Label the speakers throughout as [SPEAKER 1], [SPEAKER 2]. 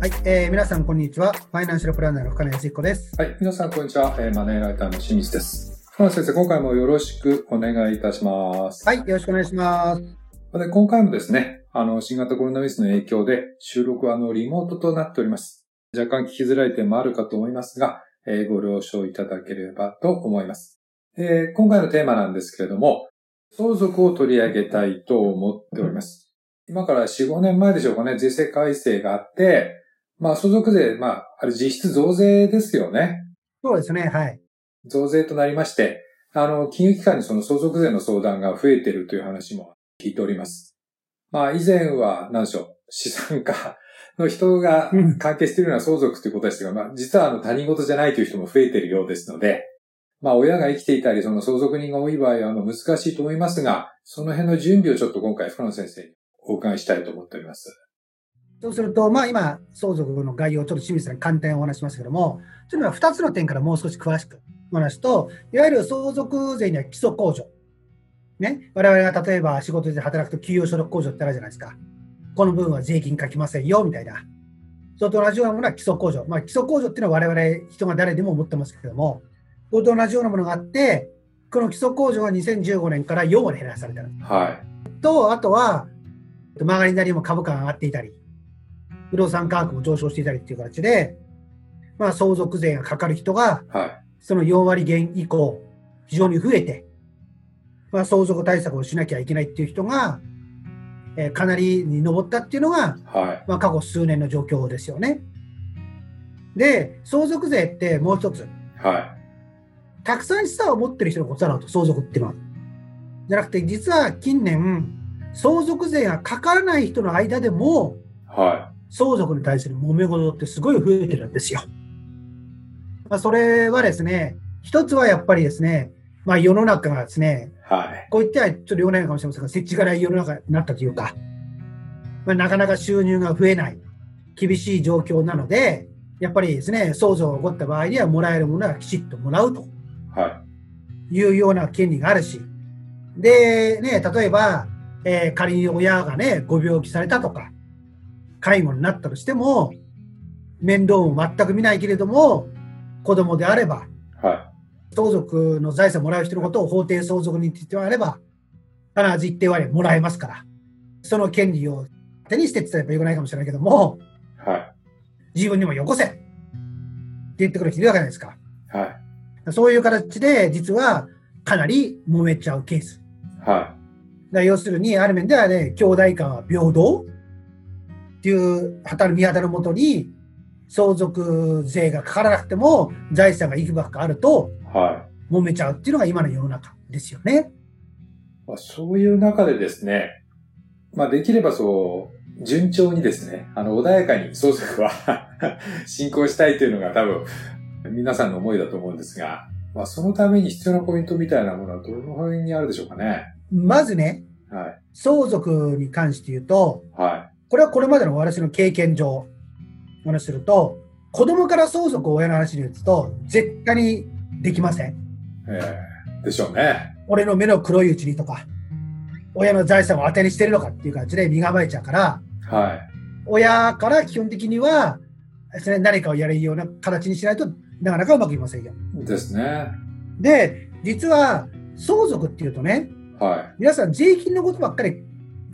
[SPEAKER 1] はい、えー皆さんこんにちは。ファイナンシャルプランナーの深野康彦です。
[SPEAKER 2] はい、皆さんこんにちは。えーマネーライターの清水です。深野先生、今回もよろしくお願いいたします。
[SPEAKER 1] はい、よろしくお願いします。
[SPEAKER 2] で今回もですね、あの、新型コロナウイルスの影響で収録はあの、リモートとなっております。若干聞きづらい点もあるかと思いますが、えーご了承いただければと思います。えー今回のテーマなんですけれども、相続を取り上げたいと思っております。今から4、5年前でしょうかね、税制改正があって、まあ、相続税、まあ、あれ実質増税ですよね。
[SPEAKER 1] そうですね、はい。
[SPEAKER 2] 増税となりまして、あの、金融機関にその相続税の相談が増えているという話も聞いております。まあ、以前は、何でしょう、資産家の人が
[SPEAKER 1] うん
[SPEAKER 2] 関係しているような相続ということでしたが、まあ、実はあの、他人事じゃないという人も増えているようですので、まあ、親が生きていたり、その相続人が多い場合は、あの、難しいと思いますが、その辺の準備をちょっと今回、深野先生にお伺いしたいと思っております。
[SPEAKER 1] そうすると、まあ今、相続の概要をちょっと清水さんに簡単にお話しましたけども、というのは2つの点からもう少し詳しくお話すと、いわゆる相続税には基礎控除。ね、我々が例えば仕事で働くと給与所得控除ってあるじゃないですか。この分は税金かきませんよ、みたいな。それと同じようなものは基礎控除。まあ基礎控除っていうのは我々人が誰でも持ってますけども、これと同じようなものがあって、この基礎控除が2015年から4割減らされたの
[SPEAKER 2] はい。
[SPEAKER 1] と、あとは、えっと曲がりなりにも株価が上がっていたり、不動産価格も上昇していたりっていう形で、まあ、相続税がかかる人が、
[SPEAKER 2] はい。
[SPEAKER 1] その4割減以降、非常に増えて、まあ、相続対策をしなきゃいけないっていう人が、えーかなりに上ったっていうのが、
[SPEAKER 2] はい。
[SPEAKER 1] まあ、過去数年の状況ですよね。で、相続税ってもう一つ、
[SPEAKER 2] はい。
[SPEAKER 1] たくさん資産を持ってる人のことだろうと、相続っていうのは。じゃなくて、実は近年、相続税がかからない人の間でも、
[SPEAKER 2] は
[SPEAKER 1] 相続に対する揉め事ってすごい増えてるんですよ。まあ、それはですね、一つはやっぱりですね、まあ、世の中がですね
[SPEAKER 2] い。、はい。
[SPEAKER 1] こういってはちょっと良くないかもしれませんが、設置がない世の中になったというか、まあ、なかなか収入が増えない、厳しい状況なので、やっぱりですね、相続が起こった場合には、もらえるものはきちっともらうと。
[SPEAKER 2] は
[SPEAKER 1] いうような権利があるし、で、ね、例えば、えー仮に親がね、ご病気されたとか、介護になったとしても、面倒も全く見ないけれども、子供であれば、
[SPEAKER 2] い。は
[SPEAKER 1] 相続の財産をもらう人のことを法定相続人って言ってあれば、必ず一定割合もらえますから、その権利を手にしてって言ったらよくないかもしれないけども、
[SPEAKER 2] い。はい。
[SPEAKER 1] 自分にもよこせって言ってくる人いるわけじゃないですか。
[SPEAKER 2] はい。
[SPEAKER 1] そういう形で、実はかなり揉めちゃうケース。
[SPEAKER 2] は
[SPEAKER 1] だから要するに、ある面ではね、兄弟間は平等っていう働見方のもとに、相続税がかからなくても財産がいくばくかあると
[SPEAKER 2] い。はい。
[SPEAKER 1] 揉めちゃうっていうのが今の世の中ですよね。
[SPEAKER 2] まあ、そういう中でですね、まあ、できればそう、順調にですね、あの、穏やかに相続は 進行したいというのが多分、皆さんの思いだと思うんですが、まあ、そのために必要なポイントみたいなものはどの辺にあるでしょうかね。
[SPEAKER 1] まずね、
[SPEAKER 2] はい。
[SPEAKER 1] 相続に関して言うと、
[SPEAKER 2] は
[SPEAKER 1] これはこれまでの私の経験上、お話しすると、子供から相続を親の話に打つと、絶対にできません。
[SPEAKER 2] い。えー、でしょうね。
[SPEAKER 1] 俺の目の黒いうちにとか、親の財産を当てにしてるのかっていう感じで身構えちゃうから、
[SPEAKER 2] はい。
[SPEAKER 1] 親から基本的には、それ何かをやるような形にしないとなかなかうまくいきませんよ。
[SPEAKER 2] ですね。
[SPEAKER 1] で、実は相続っていうとね、
[SPEAKER 2] は
[SPEAKER 1] 皆さん税金のことばっかり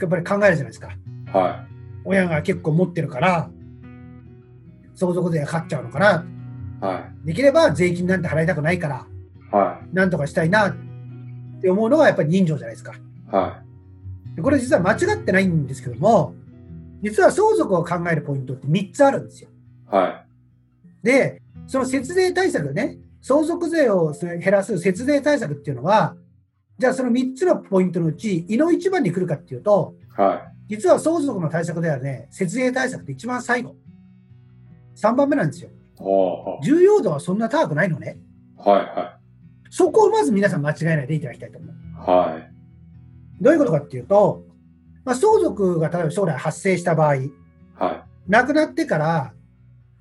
[SPEAKER 1] やっぱり考えるじゃないですか。
[SPEAKER 2] い。は
[SPEAKER 1] 親が結構持ってるから、相続税がかかっちゃうのかな。
[SPEAKER 2] い。は
[SPEAKER 1] できれば税金なんて払いたくないから、
[SPEAKER 2] い。は
[SPEAKER 1] なんとかしたいなって思うのがやっぱり人情じゃないですか。
[SPEAKER 2] い。は
[SPEAKER 1] でこれ実は間違ってないんですけども、実は相続を考えるポイントって3つあるんですよ。
[SPEAKER 2] い。はい。
[SPEAKER 1] で、その節税対策ね、相続税をその減らす節税対策っていうのは、じゃあその3つのポイントのうち、胃の一番に来るかっていうと、
[SPEAKER 2] は
[SPEAKER 1] 実は相続の対策ではね、節税対策って一番最後。3番目なんですよ。
[SPEAKER 2] い。おー
[SPEAKER 1] 重要度はそんな高くないのね。
[SPEAKER 2] はい。は
[SPEAKER 1] そこをまず皆さん間違えないでいただきたいと思う。
[SPEAKER 2] い。はい。
[SPEAKER 1] どういうことかっていうと、まあ、相続が例えば将来発生した場合、
[SPEAKER 2] はい。
[SPEAKER 1] 亡くなってから、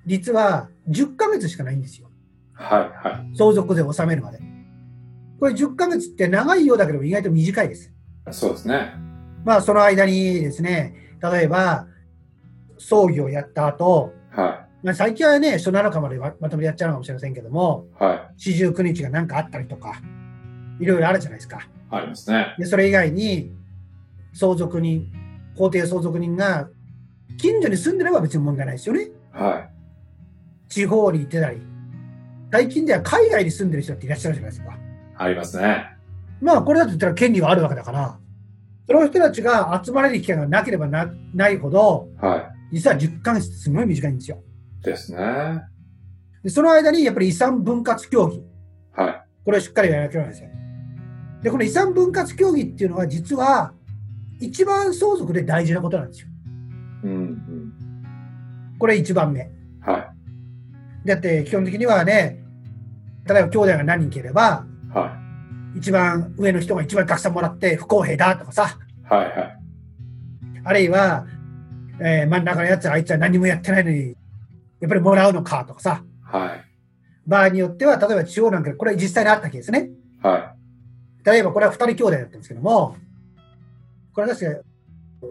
[SPEAKER 1] 実は10ヶ月しかないんですよ。
[SPEAKER 2] はい。は
[SPEAKER 1] 相続税を納めるまで。これ10ヶ月って長いようだけど意外と短いです。
[SPEAKER 2] い。そうですね。
[SPEAKER 1] まあその間にですね、例えば、葬儀をやった後、
[SPEAKER 2] は
[SPEAKER 1] まあ、最近はね、初7日までままとめてやっちゃうのかもしれませんけども、
[SPEAKER 2] い。はい。
[SPEAKER 1] 四十九日が何かあったりとか、いろいろあるじゃないですか。
[SPEAKER 2] ありますね。
[SPEAKER 1] で、それ以外に、相続人、法定相続人が、近所に住んでれば別に問題ないですよね。
[SPEAKER 2] は
[SPEAKER 1] 地方に行ってたり、最近では海外に住んでる人っていらっしゃるじゃないですか。
[SPEAKER 2] い。ありますね。
[SPEAKER 1] まあ、これだと言ったら権利はあるわけだから、その人たちが集まれる機会がなければなないほど、
[SPEAKER 2] は
[SPEAKER 1] 実は10ヶ月ってすごい短いんですよ。
[SPEAKER 2] い。ですね。は
[SPEAKER 1] で、その間にやっぱり遺産分割協議、
[SPEAKER 2] い。
[SPEAKER 1] これをしっかりやらなきゃいけないんですよ。で、この遺産分割協議っていうのは実は、一番相続で大事なことなんですよ。
[SPEAKER 2] うん、うん。
[SPEAKER 1] これ一番目。
[SPEAKER 2] は
[SPEAKER 1] だって基本的にはね、例えば兄弟が何人いければ、
[SPEAKER 2] い。は
[SPEAKER 1] 一番上の人が一番たくさんもらって不公平だとかさ、
[SPEAKER 2] い。はい。はい。
[SPEAKER 1] あるいは、えー真ん中のやつはあいつは何もやってないのに、やっぱりもらうのかとかさ、
[SPEAKER 2] はい。
[SPEAKER 1] 場合によっては、例えば地方なんかで、これ実際にあったケースね。
[SPEAKER 2] は
[SPEAKER 1] 例えばこれは2人兄弟だったんですけども、これは確か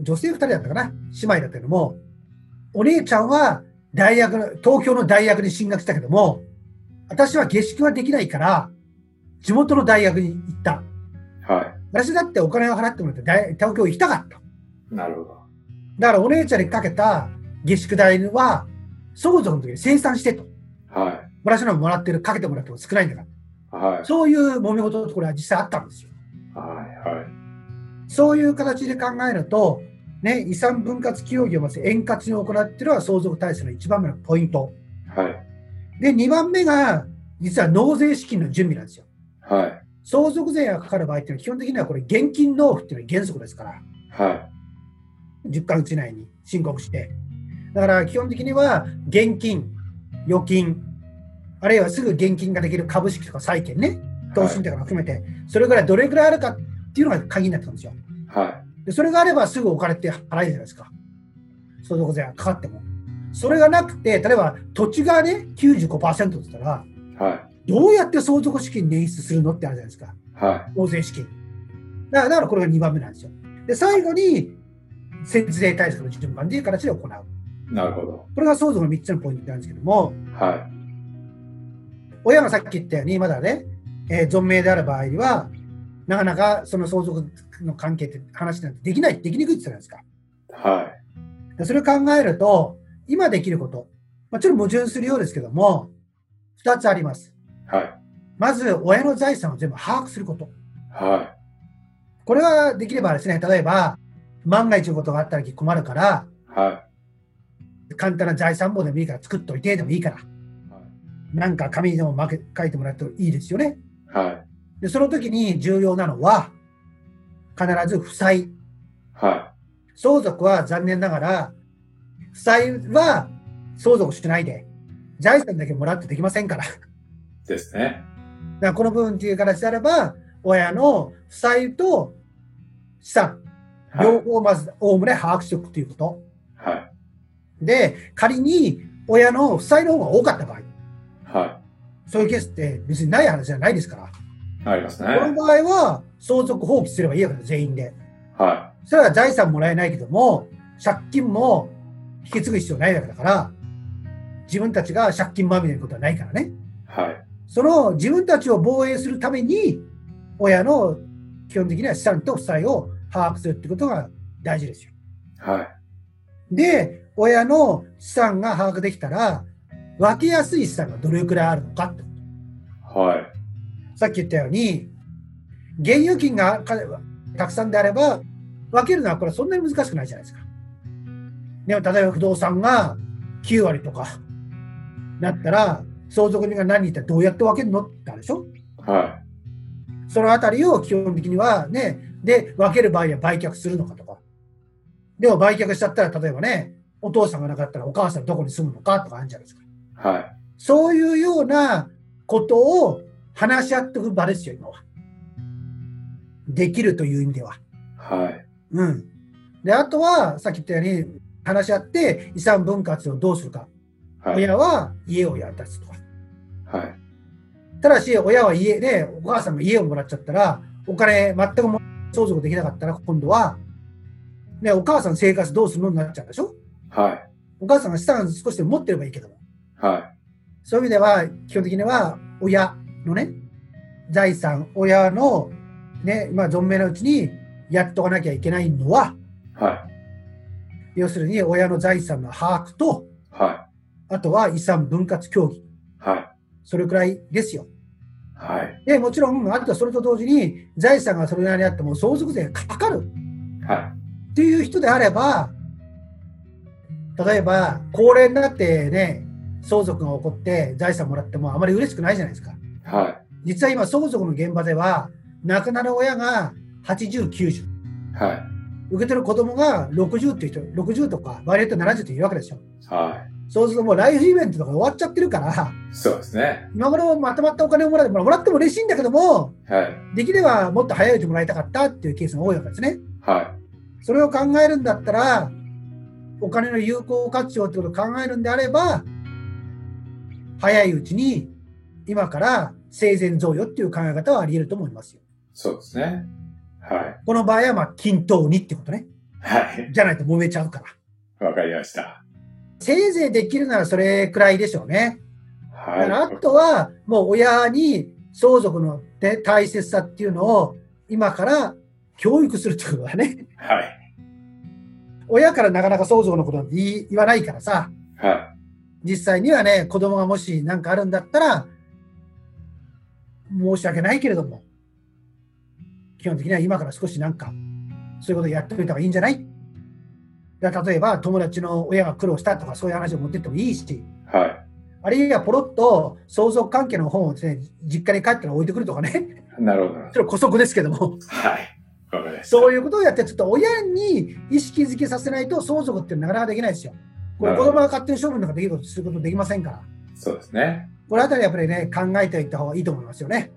[SPEAKER 1] 女性2人だったかな、姉妹だったけども、お姉ちゃんは大学の、東京の大学に進学したけども、私は下宿はできないから、地元の大学に行った。
[SPEAKER 2] い。は
[SPEAKER 1] 私だってお金を払ってもらって大東京行きたかった。
[SPEAKER 2] い。なるほど。
[SPEAKER 1] だからお姉ちゃんにかけた下宿代は、相続の時に清算してと。
[SPEAKER 2] は
[SPEAKER 1] 私のもらってる、かけてもらっても少ないんだから。
[SPEAKER 2] い。はい。
[SPEAKER 1] そういう揉め事とこれは実際あったんですよ。
[SPEAKER 2] はい。はい。
[SPEAKER 1] そういう形で考えると、ね、遺産分割協議をまず円滑に行うっていうのは相続体制の一番目のポイント。
[SPEAKER 2] はい。
[SPEAKER 1] で、2番目が、実は納税資金の準備なんですよ。
[SPEAKER 2] はい。
[SPEAKER 1] 相続税がかかる場合っていうのは基本的にはこれ現金納付っていうのが原則ですから、
[SPEAKER 2] は
[SPEAKER 1] 10ヶ月以内に申告して。だから基本的には現金、預金、あるいはすぐ現金ができる株式とか債券ね、
[SPEAKER 2] い。
[SPEAKER 1] 投資とかも含めて、それぐらいどれぐらいあるかっていうのが鍵になってくるんですよ。
[SPEAKER 2] は
[SPEAKER 1] でそれがあればすぐお金って払えるじゃないですか。相続税がかかっても。それがなくて、例えば土地がね、95%って言ったら、
[SPEAKER 2] い。はい。
[SPEAKER 1] どうやって相続資金捻出するのってあるじゃないですか。
[SPEAKER 2] は
[SPEAKER 1] 納税資金。だからだからこれが2番目なんですよ。で、最後に、節税対策の順番でいう形で行う。こ
[SPEAKER 2] い。なるほど。
[SPEAKER 1] れが相続の3つのポイントなんですけども、
[SPEAKER 2] は
[SPEAKER 1] 親がさっき言ったように、まだね、えー存命である場合には、なかなかその相続の関係って話なんてできない、できにくいって言ったじゃないですか。
[SPEAKER 2] い。は
[SPEAKER 1] でそれを考えると、今できること、まあ、ちょっと矛盾するようですけども、2つあります。
[SPEAKER 2] い。はい。
[SPEAKER 1] まず、親の財産を全部把握すること。
[SPEAKER 2] は
[SPEAKER 1] これはできればですね、例えば、万が一のことがあったら困るから、
[SPEAKER 2] い。は
[SPEAKER 1] 簡単な財産簿でもいいから作っといてでもいいから、なんか紙にでもまけ書いてもらっていいですよね。
[SPEAKER 2] い。はい。
[SPEAKER 1] で、その時に重要なのは、必ず負債。
[SPEAKER 2] は
[SPEAKER 1] 相続は残念ながら、負債は相続しないで、財産だけもらってできませんから。
[SPEAKER 2] い。ですね。
[SPEAKER 1] だからこの部分っていう形であれば、親の負債と資産、
[SPEAKER 2] はい。
[SPEAKER 1] 両方まずおおむね把握しておくということ。
[SPEAKER 2] はい。
[SPEAKER 1] で、仮に親の負債の方が多かった場合、
[SPEAKER 2] は
[SPEAKER 1] そういうケースって別にない話じゃないですから、
[SPEAKER 2] い。ありますね。
[SPEAKER 1] この場合は相続放棄すればいいわけです、全員で。
[SPEAKER 2] は
[SPEAKER 1] それは財産もらえないけども、借金も引き継ぐ必要ないわけだから、自分たちが借金まみれることはないからね。
[SPEAKER 2] い。はい。
[SPEAKER 1] その自分たちを防衛するために、親の基本的には資産と負債を把握するってことが大事ですよ。
[SPEAKER 2] はい。
[SPEAKER 1] で、親の資産が把握できたら、分けやすい資産がどれくらいあるのかってこ
[SPEAKER 2] はい。
[SPEAKER 1] と。さっき言ったように、現預金がかたくさんであれば、分けるのはこれはそんなに難しくないじゃないですか。でも例えば不動産が9割とか、なったら、相続人が何人いたらどうやって分けるのってあるでしょ
[SPEAKER 2] は
[SPEAKER 1] そのあたりを基本的にはね、で、分ける場合は売却するのかとか。でも売却しちゃったら、例えばね、お父さんがなかったらお母さんどこに住むのかとかあるんじゃないですか。
[SPEAKER 2] い。はい。
[SPEAKER 1] そういうようなことを話し合っておく場ですよ、今は。できるという意味では。
[SPEAKER 2] はい。
[SPEAKER 1] うん。で、あとは、さっき言ったように、話し合って遺産分割をどうするか。
[SPEAKER 2] はい。
[SPEAKER 1] 親は家をやったすとか。
[SPEAKER 2] はい。
[SPEAKER 1] ただし、親は家で、お母さんが家をもらっちゃったら、お金全くも相続できなかったら、今度は、ね、お母さん生活どうするのになっちゃうでしょ
[SPEAKER 2] はい。
[SPEAKER 1] おお母さんが資産少しでも持ってればいいけども、
[SPEAKER 2] はい。
[SPEAKER 1] そういう意味では、基本的には親のね、財産、親のね、まあ、存命のうちにやっとかなきゃいけないのは、
[SPEAKER 2] はい。
[SPEAKER 1] 要するに親の財産の把握と、
[SPEAKER 2] は
[SPEAKER 1] あとは遺産分割協議、
[SPEAKER 2] い。はい。
[SPEAKER 1] それくらいですよ。
[SPEAKER 2] はい。
[SPEAKER 1] で、もちろん、あとはそれと同時に、財産がそれなりにあっても相続税がかかる
[SPEAKER 2] は
[SPEAKER 1] っていう人であれば、例えば、高齢になってね、相続が起こって財産もらってもあまり嬉しくないじゃないですか。
[SPEAKER 2] い。は
[SPEAKER 1] 実は今、相続の現場では、亡くなる親が80、90、
[SPEAKER 2] い。はい。
[SPEAKER 1] 受け取る子供が60っていう人、60とか、場合によって70っていうわけでしょ。
[SPEAKER 2] は
[SPEAKER 1] そうするともうライフイベントとか終わっちゃってるから、
[SPEAKER 2] い。そうですね。
[SPEAKER 1] 今頃まとまったお金をもらって、まあもらっても嬉しいんだけども、
[SPEAKER 2] はい。
[SPEAKER 1] できればもっと早いうちもらいたかったっていうケースが多いわけですね。
[SPEAKER 2] は
[SPEAKER 1] それを考えるんだったら、お金の有効活用ってことを考えるんであれば、早いうちに今から生前贈与っていう考え方はあり得ると思いますよ。
[SPEAKER 2] い。そうですね。は
[SPEAKER 1] この場合はまあ均等にってことね。
[SPEAKER 2] い。はい。
[SPEAKER 1] じゃないと揉めちゃうから。
[SPEAKER 2] わかりました。
[SPEAKER 1] せいぜいできるならそれくらいでしょうね。だからあ
[SPEAKER 2] は
[SPEAKER 1] とはもう親に相続のね大切さっていうのを今から教育するってことだね。
[SPEAKER 2] い。はい。
[SPEAKER 1] 親からなかなか相続のことなんて言い言わないからさ、
[SPEAKER 2] は
[SPEAKER 1] 実際にはね、子供がもし何かあるんだったら、申し訳ないけれども、基本的には今から少しなんか、そういうことやっておいた方がいいんじゃないだから例えば、友達の親が苦労したとか、そういう話を持ってってもいいし、
[SPEAKER 2] い。は
[SPEAKER 1] あるいはポロッと相続関係の本をですね、実家に帰ったら置いてくるとかね、
[SPEAKER 2] い。なるほど。
[SPEAKER 1] それは姑息ですけども、
[SPEAKER 2] はい。わかりました。
[SPEAKER 1] そういうことをやって、ちょっと親に意識づけさせないと相続ってなかなかできないですよ。これ
[SPEAKER 2] なる
[SPEAKER 1] 子
[SPEAKER 2] ほど
[SPEAKER 1] 供が勝手に処分なんかできることすることできませんから。
[SPEAKER 2] そうですね。
[SPEAKER 1] これあたりやっぱりね、考えておいた方がいいと思いますよね。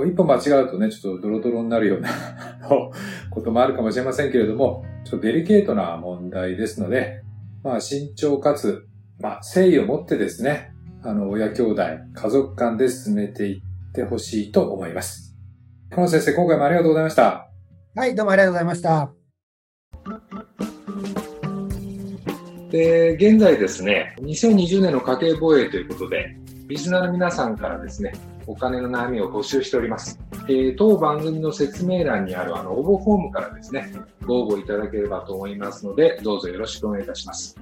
[SPEAKER 2] 一歩間違うとね、ちょっとドロドロになるような あのこともあるかもしれませんけれども、ちょっとデリケートな問題ですので、まあ慎重かつ、まあ誠意を持ってですね、あの、親兄弟、家族間で進めていってほしいと思います。この先生、今回もありがとうございました。
[SPEAKER 1] はい、どうもありがとうございました。
[SPEAKER 3] で、現在ですね、2020年の家計防衛ということで、リスナーの皆さんからですね、お金の悩みを募集しております。えー当番組の説明欄にあるあの応募フォームからですね、ご応募いただければと思いますので、どうぞよろしくお願いいたします。